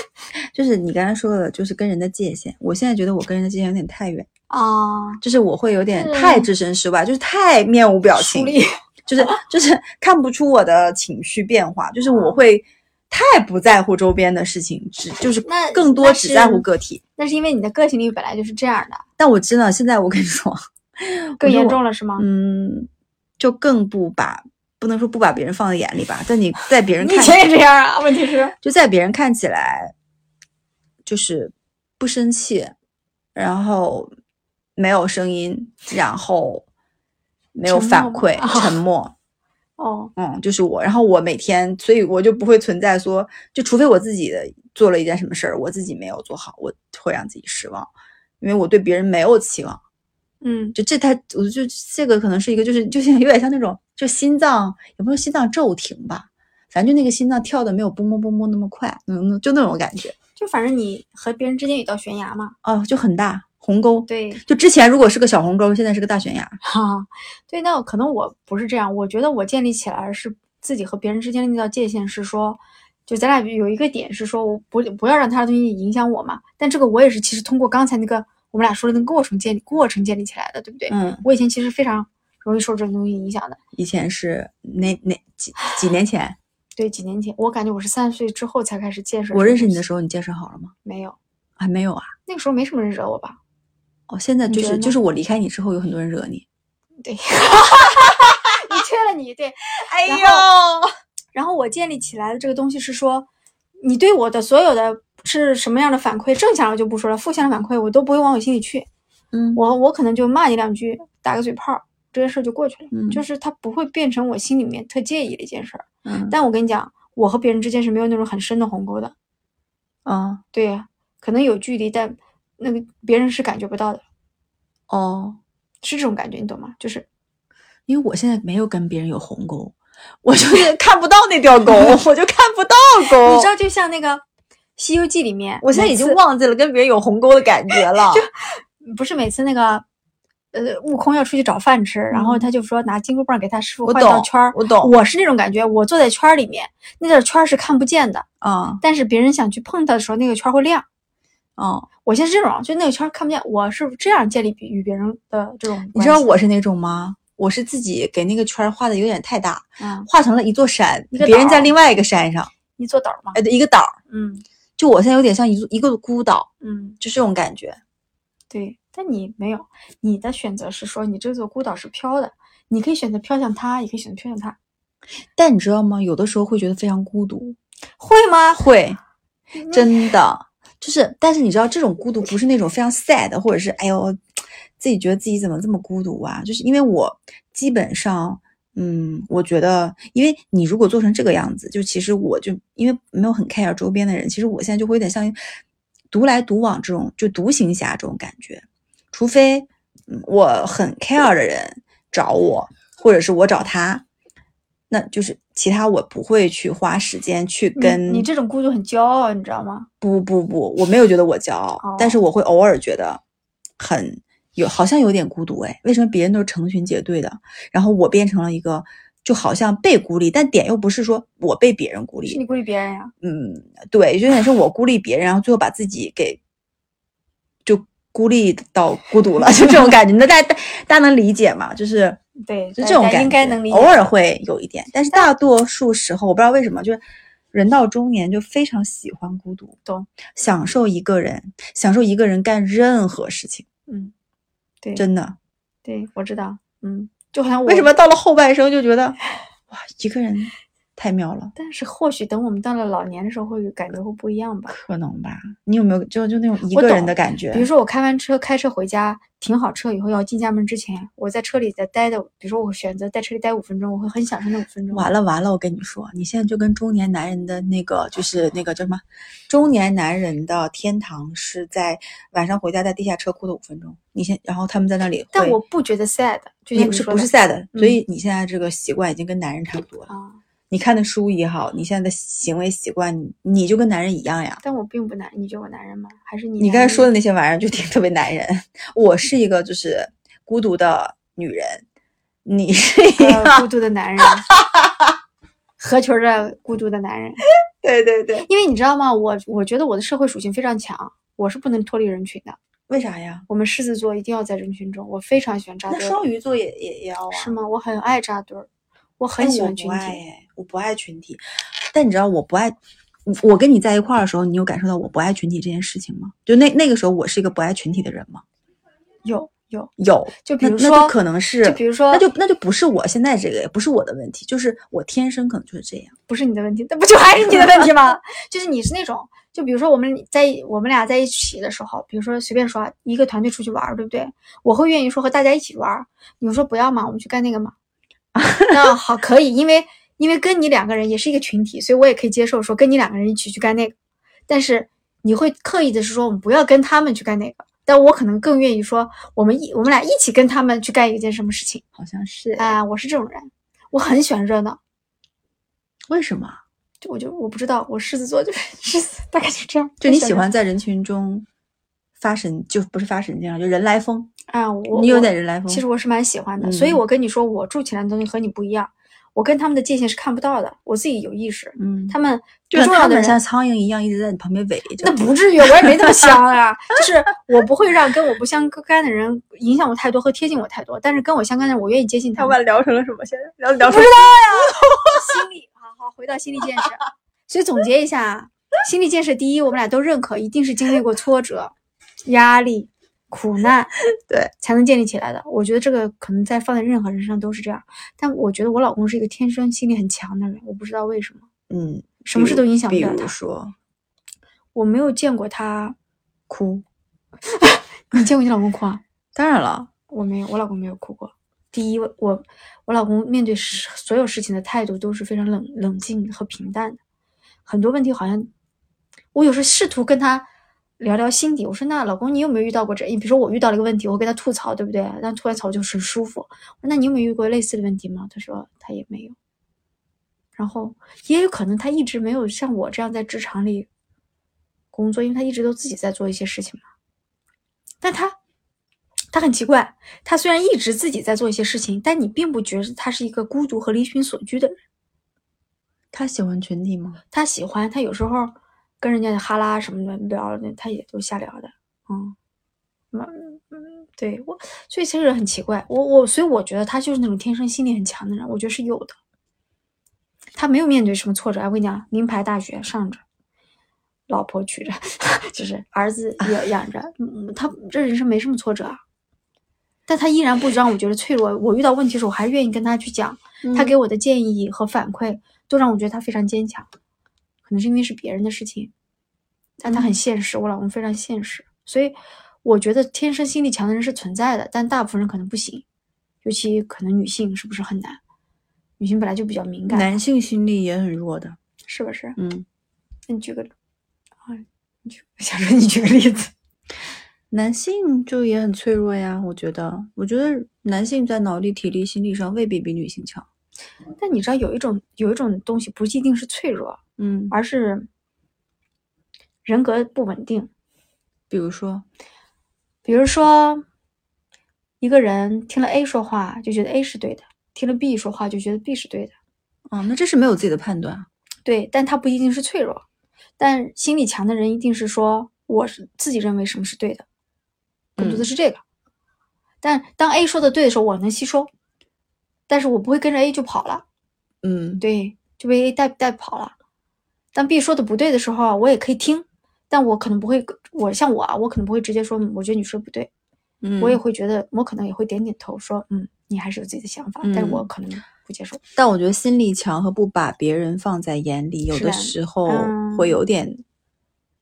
Speaker 3: 就是你刚才说的，就是跟人的界限。我现在觉得我跟人的界限有点太远，
Speaker 2: 啊，
Speaker 3: 就是我会有点
Speaker 2: 嗯
Speaker 3: 太置身事外，就是太面无表
Speaker 2: 树
Speaker 3: 情，
Speaker 2: 立
Speaker 3: 就是就是看不出我的情绪变化，就是
Speaker 2: 哦
Speaker 3: 我会太不在乎周边的事情，只就是
Speaker 2: 那
Speaker 3: 更多
Speaker 2: 那
Speaker 3: 只
Speaker 2: 是
Speaker 3: 在乎个体。
Speaker 2: 那是因为你的个性力本来就是这样的，
Speaker 3: 但我真的现在我跟你说，
Speaker 2: 更
Speaker 3: 我觉得
Speaker 2: 严
Speaker 3: 我
Speaker 2: 重了是吗？
Speaker 3: 嗯，就更不把不能说不把别人放在眼里吧，但你在别人
Speaker 2: 你以
Speaker 3: 看
Speaker 2: 前也这样啊？问题是，
Speaker 3: 就在别人看起来就是不生气，然后没有声音，然后没有
Speaker 2: 沉
Speaker 3: 反
Speaker 2: 默吗
Speaker 3: 馈，沉默，
Speaker 2: 哦，
Speaker 3: 嗯，就是我。然后我每天，所以我就不会存在说，就除非我自己的做了一件什么事儿，我自己没有做好，我会让自己失望，因为我对别人没有期望。
Speaker 2: 嗯，
Speaker 3: 就这太，我就这个可能是一个，就是就像有点像那种，就心脏有没有心脏骤停吧，反正就那个心脏跳的没有嘣嘣嘣嘣那么快，嗯，就那种感觉，
Speaker 2: 就反正你和别人之间有一道悬崖嘛。
Speaker 3: 哦，就很大鸿沟。
Speaker 2: 对，
Speaker 3: 就之前如果是个小鸿沟，现在是个大悬崖。
Speaker 2: 哈、对，那可能我不是这样，我觉得我建立起来是自己和别人之间的那道界限是说，就咱俩有一个点是说，我不不要让他的东西影响我嘛。但这个我也是其实通过刚才那个我们俩说的那个过程建立过程建立起来的，对不对？
Speaker 3: 嗯，
Speaker 2: 我以前其实非常容易受这种东西影响的。
Speaker 3: 以前是那那几几年前，
Speaker 2: 对，几年前我感觉我是三十岁之后才开始建设这个东西。
Speaker 3: 我认识你的时候，你健身好了吗？
Speaker 2: 没有，
Speaker 3: 还没有啊。
Speaker 2: 那个时候没什么人惹我吧？
Speaker 3: 哦，现在
Speaker 2: 你
Speaker 3: 就
Speaker 2: 觉得
Speaker 3: 是
Speaker 2: 呢
Speaker 3: 就是我离开你之后，有很多人惹你。
Speaker 2: 对，你 缺了你对。
Speaker 3: 哎
Speaker 2: 呦然后我建立起来的这个东西是说，你对我的所有的是什么样的反馈，正向的就不说了，负向的反馈我都不会往我心里去。
Speaker 3: 嗯，
Speaker 2: 我我可能就骂你两句，打个嘴炮儿，这件事儿就过去了。
Speaker 3: 嗯
Speaker 2: 就是它不会变成我心里面特介意的一件事儿。
Speaker 3: 嗯
Speaker 2: 但我跟你讲，我和别人之间是没有那种很深的鸿沟的。
Speaker 3: 啊
Speaker 2: 对呀、可能有距离，但那个别人是感觉不到的，
Speaker 3: 哦，
Speaker 2: 是这种感觉，你懂吗？就是
Speaker 3: 因为我现在没有跟别人有鸿沟，我就是 看不到那条沟，我就看不到沟。
Speaker 2: 你知道，就像那个《西游记》里面，
Speaker 3: 哦我现在
Speaker 2: 每
Speaker 3: 已经
Speaker 2: 次
Speaker 3: 忘记了跟别人有鸿沟的感觉了。
Speaker 2: 不是每次那个，呃，悟空要出去找饭吃，然后
Speaker 3: 嗯
Speaker 2: 他就说拿金箍棒给他师傅
Speaker 3: 我
Speaker 2: 画一道
Speaker 3: 懂
Speaker 2: 圈儿。
Speaker 3: 我懂
Speaker 2: 我是那种感觉，我坐在圈儿里面，那点圈儿是看不见的，
Speaker 3: 啊
Speaker 2: 但是别人想去碰它的时候，那个圈儿会亮。
Speaker 3: 哦，
Speaker 2: 我现在是这种，就那个圈儿看不见，我是这样建立比与别人的这种关系。
Speaker 3: 你知道我是那种吗？我是自己给那个圈儿画的有点太大，
Speaker 2: 嗯，
Speaker 3: 画成了一座山，
Speaker 2: 一个
Speaker 3: 别人在
Speaker 2: 岛
Speaker 3: 另外一个山上，
Speaker 2: 一座岛嘛，
Speaker 3: 哎，对，一个岛儿。
Speaker 2: 嗯
Speaker 3: 就我现在有点像一座一个孤岛，
Speaker 2: 嗯，
Speaker 3: 就这种感觉。
Speaker 2: 对。但你没有，你的选择是说你这座孤岛是飘的，你可以选择飘向它，也可以选择飘向它，
Speaker 3: 但你知道吗？有的时候会觉得非常孤独，
Speaker 2: 会吗？
Speaker 3: 会，真的就是。但是你知道，这种孤独不是那种非常 sad，或者是哎呦，自己觉得自己怎么这么孤独啊？就是因为我基本上，嗯，我觉得，因为你如果做成这个样子，就其实我就因为没有很 care 周边的人，其实我现在就会有点像独来独往这种，就独行侠这种感觉。除非嗯我很 care 的人找我，或者是我找他，那就是其他我不会去花时间去
Speaker 2: 你
Speaker 3: 跟
Speaker 2: 你这种孤独很骄傲，你知道吗？
Speaker 3: 不不不，我没有觉得我骄傲，
Speaker 2: 哦
Speaker 3: 但是我会偶尔觉得很有，好像有点孤独哎。为什么别人都是成群结队的，然后我变成了一个就好像被孤立，但点又不是说我被别人孤
Speaker 2: 是
Speaker 3: 立
Speaker 2: 你，孤立别人呀、
Speaker 3: 嗯，对，就有点是我孤立别人，然后最后把自己给就孤立到孤独了，就 这种感觉。那大家大大家能理解吗？就是
Speaker 2: 对，
Speaker 3: 就
Speaker 2: 大
Speaker 3: 这种
Speaker 2: 家
Speaker 3: 感觉，
Speaker 2: 应该能理解。
Speaker 3: 偶尔会有一点，但是大多数时候，我不知道为什么，就是人到中年就非常喜欢孤独，
Speaker 2: 懂？
Speaker 3: 享受一个人，享受一个人干任何事情，
Speaker 2: 嗯，对，
Speaker 3: 真的。
Speaker 2: 对，我知道，嗯，就好像我
Speaker 3: 为什么？到了后半生就觉得，哇，一个人太妙了？
Speaker 2: 但是或许等我们到了老年的时候，会感觉会不一样吧。
Speaker 3: 可能吧？你有没有就就那种一
Speaker 2: 我
Speaker 3: 个人
Speaker 2: 懂
Speaker 3: 的感觉？
Speaker 2: 比如说我开完车，开车回家，停好车以后要进家门之前，我在车里再待的，比如说我选择在车里待五分钟，我会很享受那五分钟。
Speaker 3: 完了完了，我跟你说，你现在就跟中年男人的那个，就是那个叫什么，中年男人的天堂是在晚上回家在地下车哭的五分钟。你现，然后他们在那里会，
Speaker 2: 但我不觉得 sad，就像
Speaker 3: 你
Speaker 2: 你
Speaker 3: 是
Speaker 2: 说
Speaker 3: 不
Speaker 2: 的
Speaker 3: 是 sad？所
Speaker 2: 嗯
Speaker 3: 以你现在这个习惯已经跟男人差不多了。
Speaker 2: 啊？
Speaker 3: 你看的书也好，你现在的行为习惯，你你就跟男人一样呀。
Speaker 2: 但我并不男，你觉得我男人吗？还是你？
Speaker 3: 你刚才说的那些玩意儿就挺特别男人。我是一个就是孤独的女人，你是一
Speaker 2: 那
Speaker 3: 个、
Speaker 2: 个、呃、孤独的男人， 合群儿的孤独的男人。
Speaker 3: 对对对，
Speaker 2: 因为你知道吗？我我觉得我的社会属性非常强，我是不能脱离人群的。
Speaker 3: 为啥呀？
Speaker 2: 我们狮子座一定要在人群中，我非常喜欢扎
Speaker 3: 那
Speaker 2: 堆儿。
Speaker 3: 双鱼座也也也要啊？
Speaker 2: 是吗？我很爱扎堆儿，我
Speaker 3: 哎
Speaker 2: 很喜
Speaker 3: 我
Speaker 2: 欢
Speaker 3: 不
Speaker 2: 群
Speaker 3: 爱
Speaker 2: 体。
Speaker 3: 哎，我不爱群体。但你知道我不爱，我跟你在一块儿的时候，你有感受到我不爱群体这件事情吗？就那那个时候，我是一个不爱群体的人吗？
Speaker 2: 有有，
Speaker 3: 有，
Speaker 2: 就比
Speaker 3: 那
Speaker 2: 如
Speaker 3: 那就
Speaker 2: 说
Speaker 3: 可能是，
Speaker 2: 就比如说
Speaker 3: 那就那就不是我现在这个，也不是我的问题，就是我天生可能就是这样。
Speaker 2: 不是你的问题，那不就还是你的问题吗？ 就是你是那种，就比如说我们在我们俩在一起的时候，比如说随便说啊一个团队出去玩儿，对不对？我会愿意说和大家一起玩儿，你说不要嘛，我们去干那个嘛。那好，可以，因为因为跟你两个人也是一个群体，所以我也可以接受说跟你两个人一起去干那个。但是你会刻意的是说，我们不要跟他们去干那个。但我可能更愿意说，我们一我们俩一起跟他们去干一件什么事情。
Speaker 3: 好像是哎，
Speaker 2: 哎、我是这种人，我很喜欢热闹。
Speaker 3: 为什么？
Speaker 2: 就我就我不知道，我狮子座就是 狮子，大概就这样。
Speaker 3: 就你
Speaker 2: 很
Speaker 3: 喜
Speaker 2: 热
Speaker 3: 欢在人群中发神，就不是发神经了，就人来疯。
Speaker 2: 闹啊？我
Speaker 3: 你有
Speaker 2: 我
Speaker 3: 点人来疯。
Speaker 2: 其实我是蛮喜欢的，所以
Speaker 3: 嗯
Speaker 2: 我跟你说，我住起来的东西和你不一样，我跟他们的界限是看不到的，我自己有意识。
Speaker 3: 嗯，
Speaker 2: 他们
Speaker 3: 就
Speaker 2: 不重要
Speaker 3: 他
Speaker 2: 的
Speaker 3: 们
Speaker 2: 人，
Speaker 3: 像苍蝇一样一直在你旁边围着。
Speaker 2: 那不至于，我也没那么想啊。 就是我不会让跟我不相干的人影响我太多和贴近我太多，但是跟我相干的人，我愿意接近 他们。
Speaker 3: 聊成了什么？现在聊聊
Speaker 2: 不知道呀，心理，好好回到心理建设。 所以总结一下啊，心理建设第一，我们俩都认可，一定是经历过挫折、 压力、苦难，
Speaker 3: 对，
Speaker 2: 才能建立起来的。我觉得这个可能在放在任何人身上都是这样，但我觉得我老公是一个天生心理很强的人，我不知道为什么，
Speaker 3: 嗯，
Speaker 2: 什么事都影响不
Speaker 3: 比
Speaker 2: 了
Speaker 3: 如
Speaker 2: 他。
Speaker 3: 说
Speaker 2: 我没有见过他，
Speaker 3: 哭，
Speaker 2: 你见过你老公哭啊？
Speaker 3: 当然了，
Speaker 2: 我没有，我老公没有哭过。第一，我我我老公面对事所有事情的态度都是非常冷冷静和平淡的，很多问题好像我有时候试图跟他聊聊心底，我说那老公你有没有遇到过这？你比如说我遇到了一个问题，我会跟他吐槽，对不对？但吐完槽我就很舒服。我说那你有没有遇过类似的问题吗？他说他也没有。然后也有可能他一直没有像我这样在职场里工作，因为他一直都自己在做一些事情嘛。但他他很奇怪，他虽然一直自己在做一些事情，但你并不觉得他是一个孤独和离群索居的人。
Speaker 3: 他喜欢群体吗？
Speaker 2: 他喜欢，他有时候跟人家哈拉什么的聊，他也都瞎聊的，嗯，嗯嗯，对我，所以其实很奇怪，我我，所以我觉得他就是那种天生心理很强的人，我觉得是有的。他没有面对什么挫折，哎我跟你讲，名牌大学上着，老婆娶着， 就是儿子也养着，嗯，他这人生没什么挫折啊。但他依然不让我觉得脆弱。我遇到问题的时候，我还愿意跟他去讲。他给我的建议和反馈都让我觉得他非常坚强，可能是因为是别人的事情，但他很现实，我老公非常现实，所以我觉得天生心理强的人是存在的，但大部分人可能不行，尤其可能女性是不是很难？女性本来就比较敏感，
Speaker 3: 嗯男性心力也很弱的。
Speaker 2: 是不是？
Speaker 3: 嗯，
Speaker 2: 那你举个，啊，你举， 我想说你举个例子，
Speaker 3: 男性就也很脆弱呀。我觉得，我觉得男性在脑力、体力、心理上未必比女性强。
Speaker 2: 但你知道有一种有一种东西不一定是脆弱，
Speaker 3: 嗯，
Speaker 2: 而是人格不稳定。
Speaker 3: 比如说，
Speaker 2: 比如说，一个人听了 A 说话就觉得 A 是对的，听了 B 说话就觉得 B 是对的，
Speaker 3: 哦，那这是没有自己的判断啊。
Speaker 2: 对，但他不一定是脆弱，但心理强的人一定是说我是自己认为什么是对的，更多的是这个。但当 A 说的对的时候，我能吸收，但是我不会跟着 A 就跑了，
Speaker 3: 嗯，
Speaker 2: 对，就被 A 带带跑了。当 B 说的不对的时候啊，我也可以听，但我可能不会，我像我啊，我可能不会直接说，嗯我觉得你说的不对。
Speaker 3: 嗯
Speaker 2: 我也会觉得，我可能也会点点头说，嗯，你还是有自己的想法，但是我
Speaker 3: 嗯
Speaker 2: 可能不接受。
Speaker 3: 但我觉得心力强和不把别人放在眼里，有
Speaker 2: 是
Speaker 3: 的
Speaker 2: 的
Speaker 3: 时候
Speaker 2: 嗯
Speaker 3: 会有点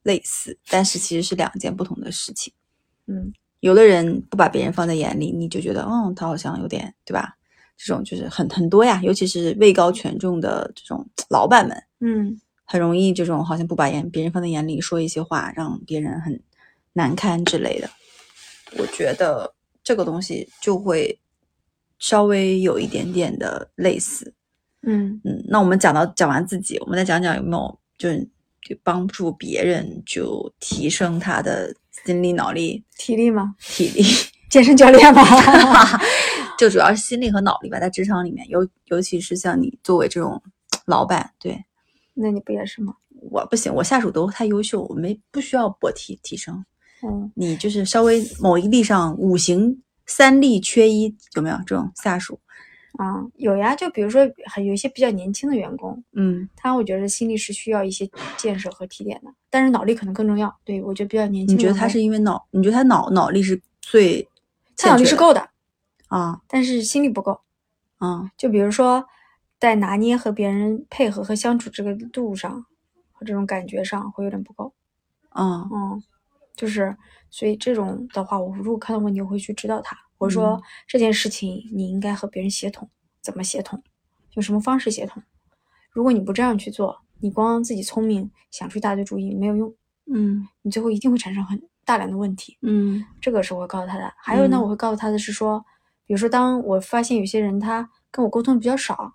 Speaker 3: 类似，但是其实是两件不同的事情。
Speaker 2: 嗯，
Speaker 3: 有的人不把别人放在眼里，你就觉得，嗯，他好像有点，对吧？这种就是很很多呀，尤其是位高权重的这种老板们，
Speaker 2: 嗯，
Speaker 3: 很容易这种好像不把眼别人放在眼里，说一些话让别人很难堪之类的。我觉得这个东西就会稍微有一点点的类似。
Speaker 2: 嗯，
Speaker 3: 嗯，那我们讲到讲完自己，我们再讲讲有没有就是就帮助别人就提升他的心力、脑力、
Speaker 2: 体力嘛，
Speaker 3: 体力，
Speaker 2: 健身教练嘛，
Speaker 3: 就主要是心力和脑力吧，在职场里面，尤尤其是像你作为这种老板，对
Speaker 2: 那你不也是吗？
Speaker 3: 我不行，我下属都太优秀，我没不需要我提提升，
Speaker 2: 嗯，
Speaker 3: 你就是稍微某一力上五行三力缺一，有没有这种下属？
Speaker 2: 啊、有呀，就比如说很有一些比较年轻的员工，
Speaker 3: 嗯
Speaker 2: 他我觉得心力是需要一些建设和提点的，但是脑力可能更重要。对我觉得比较年轻
Speaker 3: 你
Speaker 2: 的
Speaker 3: 觉
Speaker 2: 员工，
Speaker 3: 得他是因为脑？你觉得他脑脑力是最
Speaker 2: 嗯他脑力是够的，
Speaker 3: 啊
Speaker 2: 但是心力不够。
Speaker 3: 啊
Speaker 2: 就比如说，在拿捏和别人配合和相处这个度上，和这种感觉上会有点不够。
Speaker 3: 啊
Speaker 2: 嗯，就是，所以这种的话，我如果看到问题，我会去指导他。我说、这件事情你应该和别人协同，怎么协同，用什么方式协同。如果你不这样去做，你光自己聪明想出一大堆主意没有用，
Speaker 3: 嗯
Speaker 2: 你最后一定会产生很大量的问题。
Speaker 3: 嗯
Speaker 2: 这个是我会告诉他的。还有呢，
Speaker 3: 嗯
Speaker 2: 我会告诉他的是说，比如说，当我发现有些人他跟我沟通比较少，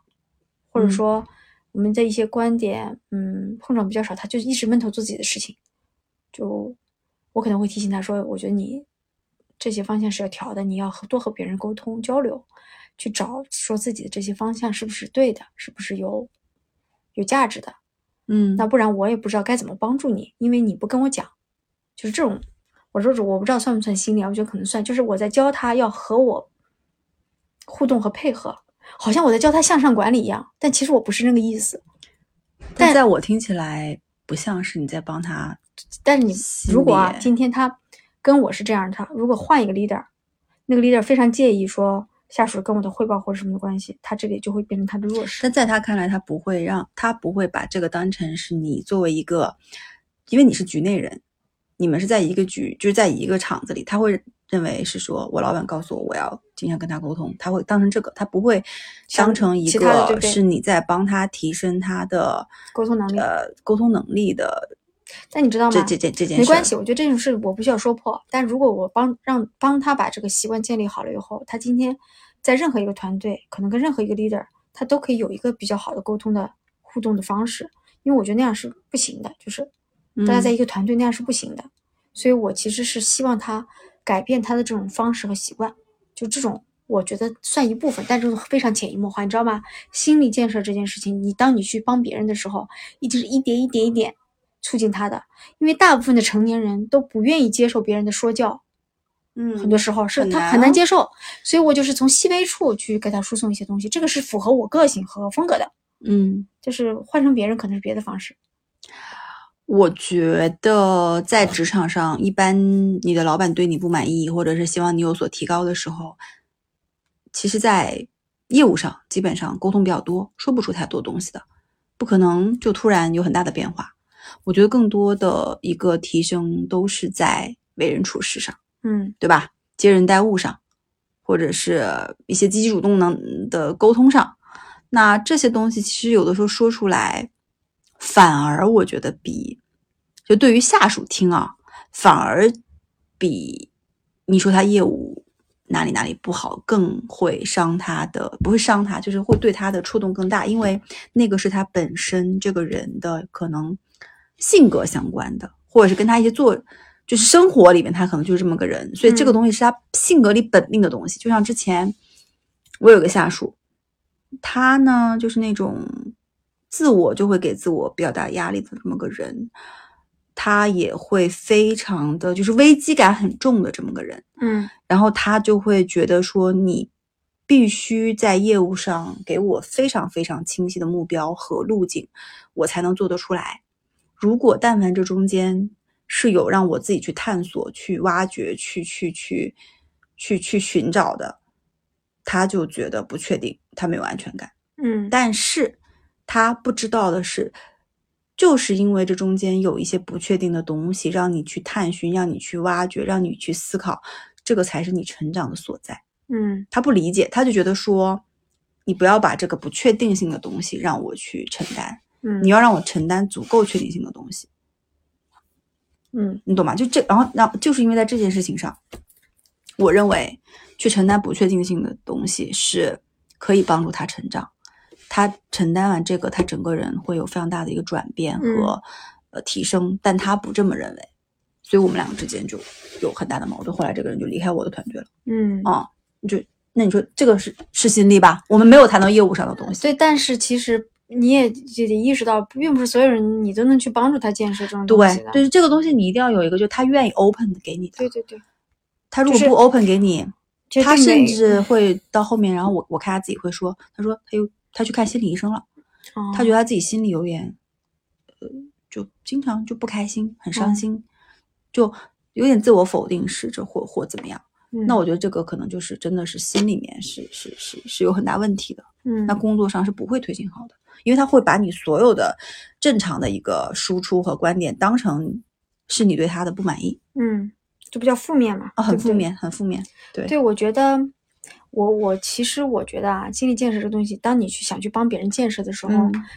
Speaker 2: 或者
Speaker 3: 嗯
Speaker 2: 说我们的一些观点，嗯，碰撞比较少，他就一直闷头做自己的事情，就我可能会提醒他说，我觉得你这些方向是要调的，你要和多和别人沟通交流，去找说自己的这些方向是不是对的，是不是有有价值的。
Speaker 3: 嗯
Speaker 2: 那不然我也不知道该怎么帮助你，因为你不跟我讲，就是这种，我说这我不知道算不算心理啊，我觉得可能算，就是我在教他要和我互动和配合，好像我在教他向上管理一样，但其实我不是那个意思。
Speaker 3: 但在我听起来不像是你在帮他，
Speaker 2: 但是你
Speaker 3: 心
Speaker 2: 如果啊
Speaker 3: 理，
Speaker 2: 今天他跟我是这样的，他如果换一个 leader，那个 leader 非常介意说下属跟我的汇报或者什么的关系，他这里就会变成他的弱势。
Speaker 3: 但在他看来，他不会让他不会把这个当成是你作为一个，因为你是局内人，你们是在一个局，就是在一个厂子里，他会认为是说我老板告诉我我要经常跟他沟通，他会当成这个，他不会
Speaker 2: 像
Speaker 3: 当成一
Speaker 2: 其他的对
Speaker 3: 个
Speaker 2: 不对
Speaker 3: 是你在帮他提升他的
Speaker 2: 沟通能力
Speaker 3: 呃沟通能力的
Speaker 2: 但你知道吗？
Speaker 3: 这这这这件事，
Speaker 2: 没关系，，我觉得这种事我不需要说破。但如果我帮让帮他把这个习惯建立好了以后，他今天在任何一个团队，可能跟任何一个 leader，他都可以有一个比较好的沟通的互动的方式。因为我觉得那样是不行的，就是大
Speaker 3: 嗯
Speaker 2: 家在一个团队那样是不行的。所以我其实是希望他改变他的这种方式和习惯，就这种我觉得算一部分，但这种非常潜移默化，你知道吗？心理建设这件事情，你当你去帮别人的时候，一直是一点一点一点促进他的，因为大部分的成年人都不愿意接受别人的说教，
Speaker 3: 嗯，
Speaker 2: 很多时候是
Speaker 3: 很
Speaker 2: 他
Speaker 3: 难
Speaker 2: 很难
Speaker 3: 啊
Speaker 2: 接受，所以我就是从细微处去给他输送一些东西，这个是符合我个性和风格的，
Speaker 3: 嗯。
Speaker 2: 就是换成别人可能是别的方式。
Speaker 3: 我觉得在职场上，一般你的老板对你不满意，或者是希望你有所提高的时候，其实，在业务上基本上沟通比较多，说不出太多东西的，不可能就突然有很大的变化。我觉得更多的一个提升都是在为人处事上，
Speaker 2: 嗯
Speaker 3: 对吧？接人待物上，或者是一些积极主动能嗯的沟通上，那这些东西其实有的时候说出来，反而我觉得比就对于下属听啊，反而比你说他业务哪里哪里不好，更会伤他的，不会伤他，就是会对他的触动更大，因为那个是他本身这个人的可能性格相关的，或者是跟他一些做。就是生活里面他可能就是这么个人，所以这
Speaker 2: 嗯
Speaker 3: 个东西是他性格里本命的东西。就像之前我有个下属，他呢就是那种自我就会给自我比较大压力的这么个人，他也会非常的就是危机感很重的这么个人，
Speaker 2: 嗯
Speaker 3: 然后他就会觉得说你必须在业务上给我非常非常清晰的目标和路径，我才能做得出来。如果但凡这中间是有让我自己去探索、去挖掘、去去去去去寻找的，他就觉得不确定，他没有安全感。
Speaker 2: 嗯
Speaker 3: 但是他不知道的是，就是因为这中间有一些不确定的东西，让你去探寻，让你去挖掘，让你去思考，这个才是你成长的所在。
Speaker 2: 嗯
Speaker 3: 他不理解，他就觉得说，你不要把这个不确定性的东西让我去承担，
Speaker 2: 嗯，
Speaker 3: 你要让我承担足够确定性的东西，
Speaker 2: 嗯
Speaker 3: 你懂吗？就这，然后让就是因为在这件事情上，我认为去承担不确定性的东西是可以帮助他成长。他承担完这个，他整个人会有非常大的一个转变
Speaker 2: 嗯
Speaker 3: 和、呃提升，但他不这么认为，所以我们两个之间就有很大的矛盾。后来这个人就离开我的团队了
Speaker 2: 嗯
Speaker 3: 啊、你就那你说这个是是心力吧？我们没有谈到业务上的东西，
Speaker 2: 对，但是其实你也也得意识到，并不是所有人你都能去帮助他建设这种东西
Speaker 3: 对
Speaker 2: 的，。
Speaker 3: 就是这个东西你一定要有一个，就他愿意 open 给你的，
Speaker 2: 对对对，
Speaker 3: 他如果
Speaker 2: 就是
Speaker 3: 不 open 给你，
Speaker 2: 就是
Speaker 3: 他
Speaker 2: 对
Speaker 3: 甚
Speaker 2: 每
Speaker 3: 至会到后面，然后我我看他自己会说，他说他又他去看心理医生了，
Speaker 2: 哦
Speaker 3: 他觉得他自己心里有点，呃，就经常就不开心，很伤
Speaker 2: 嗯
Speaker 3: 心，就有点自我否定式，这或或怎么样？
Speaker 2: 嗯
Speaker 3: 那我觉得这个可能就是真的是心里面是是是是有很大问题的，
Speaker 2: 嗯
Speaker 3: 那工作上是不会推进好的，因为他会把你所有的正常的一个输出和观点当成是你对他的不满意
Speaker 2: 嗯，就比较负面嘛，
Speaker 3: 啊，很
Speaker 2: 对不
Speaker 3: 负
Speaker 2: 对。
Speaker 3: 面，很负面，对
Speaker 2: 对，我觉得我我其实我觉得啊，心理建设这个东西，当你去想去帮别人建设的时候，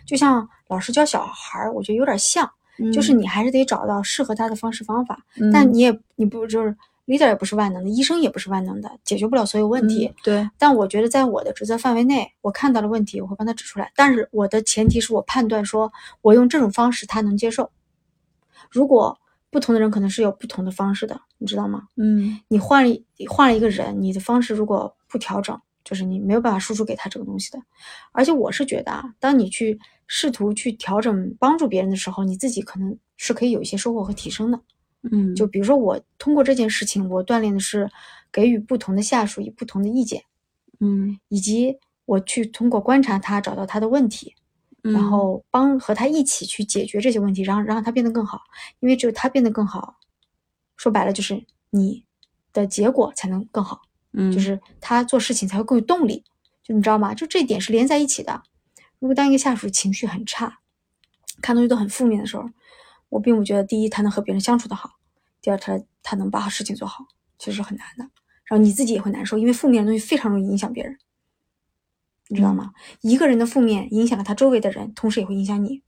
Speaker 2: 就像老师教小孩儿，我觉得有点像，就是你还是得找到适合他的方式方法。
Speaker 3: 嗯，
Speaker 2: 但你也你不就是 leader 也不是万能的，医生也不是万能的，解决不了所有问题。
Speaker 3: 嗯对，
Speaker 2: 但我觉得在我的职责范围内，我看到了问题，我会帮他指出来。但是我的前提是我判断说，我用这种方式他能接受。如果不同的人可能是有不同的方式的，你知道吗？
Speaker 3: 嗯
Speaker 2: 你换了一你换了一个人，你的方式如果不调整，就是你没有办法输出给他这个东西的。而且我是觉得啊，当你去试图去调整帮助别人的时候，你自己可能是可以有一些收获和提升的。
Speaker 3: 嗯，
Speaker 2: 就比如说我通过这件事情，我锻炼的是给予不同的下属以不同的意见，
Speaker 3: 嗯，
Speaker 2: 以及我去通过观察他找到他的问题，
Speaker 3: 然
Speaker 2: 然后帮和他一起去解决这些问题，然后让他变得更好。因为只有他变得更好，说白了就是你的结果才能更好。
Speaker 3: 就
Speaker 2: 就是他做事情才会更有动力。就你知道吗？就这一点是连在一起的。如果当一个下属情绪很差，看东西都很负面的时候，我并不觉得第一他能和别人相处的好，第二他他能把事情做好，其实是很难的。然后你自己也会难受，因为负面的东西非常容易影响别人，你知道吗？一个人的负面影响了他周围的人，同时也会影响你。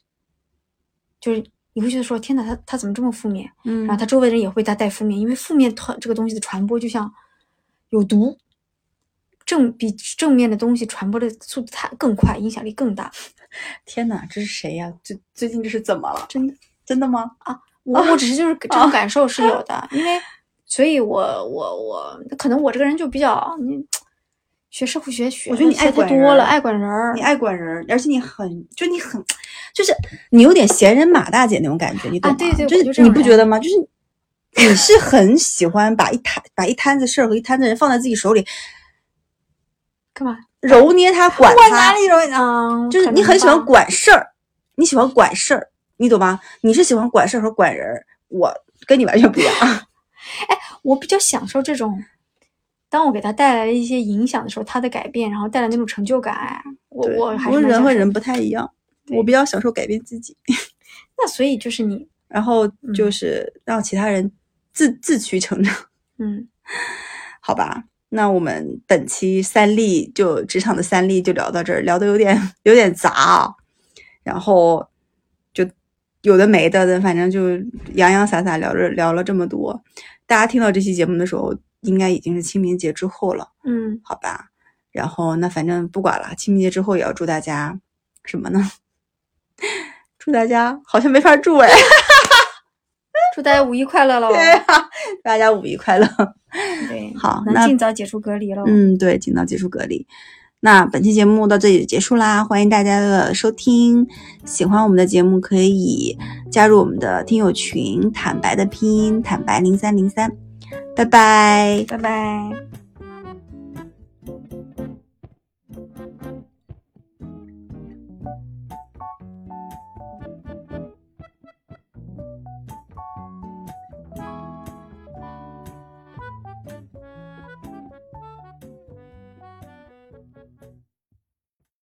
Speaker 2: 就是你会觉得说，天哪，他他怎么这么负面？
Speaker 3: 嗯，
Speaker 2: 然后他周围的人也会为他带负面，因为负面传这个东西的传播就像有毒，正比正面的东西传播的速度太更快，影响力更 大。
Speaker 3: 天哪，这是谁呀？最最近这是怎么了？
Speaker 2: 真的，
Speaker 3: 真的吗？
Speaker 2: 我我只是就是这
Speaker 3: 哦
Speaker 2: 种感受是有 的，因为所以我，我我可能我这个人就比较你学社会学学，
Speaker 3: 我觉得你爱
Speaker 2: 太
Speaker 3: 管
Speaker 2: 多
Speaker 3: 人
Speaker 2: 了，爱管人儿
Speaker 3: 你。爱管人，而且你很，就你很，就是你有点闲人马大姐那种感觉，你懂吗？
Speaker 2: 啊对对我就
Speaker 3: 就
Speaker 2: 这
Speaker 3: 是
Speaker 2: 样
Speaker 3: 你不
Speaker 2: 人
Speaker 3: 觉得吗？就是你是很喜欢把一摊把一摊子事儿和一摊子人放在自己手里，
Speaker 2: 干嘛？
Speaker 3: 揉捏他 管他，
Speaker 2: 里容易啊？
Speaker 3: 嗯就是
Speaker 2: 可
Speaker 3: 你
Speaker 2: 能
Speaker 3: 很喜欢
Speaker 2: 吧
Speaker 3: 管事儿，你喜欢管事儿，你懂吗？你是喜欢管事儿和管人儿，我跟你完全不一样。
Speaker 2: 我比较享受这种，当我给他带来了一些影响的时候，他的改变，然后带来那种成就感，哎我
Speaker 3: 对
Speaker 2: 我还
Speaker 3: 我
Speaker 2: 是蛮
Speaker 3: 人
Speaker 2: 享
Speaker 3: 和
Speaker 2: 受
Speaker 3: 人
Speaker 2: 的
Speaker 3: 不太一样，
Speaker 2: 对
Speaker 3: 我比较享受改变自己，
Speaker 2: 那所以就是你，
Speaker 3: 然后
Speaker 2: 嗯
Speaker 3: 就是让其他人自自驱成长，
Speaker 2: 嗯，
Speaker 3: 好吧？那我们本期三例就职场的三例就聊到这儿，聊的有点有点杂啊，然后就有的没的的，反正就洋洋洒洒聊着聊了这么多。大家听到这期节目的时候，应该已经是清明节之后了，
Speaker 2: 嗯，
Speaker 3: 好吧？然后那反正不管了，清明节之后也要祝大家什么呢？ 祝大家好像没法祝哎，
Speaker 2: 祝大家五一快乐喽！
Speaker 3: 对啊，大家五一快乐。
Speaker 2: 对，
Speaker 3: 好那
Speaker 2: 能尽早解除隔离喽。
Speaker 3: 嗯，对，尽早结束隔离。那本期节目到这里就结束啦，欢迎大家的收听。喜欢我们的节目，可以加入我们的听友群“坦白”的拼音“坦白零三零三”。拜拜。
Speaker 2: 拜拜。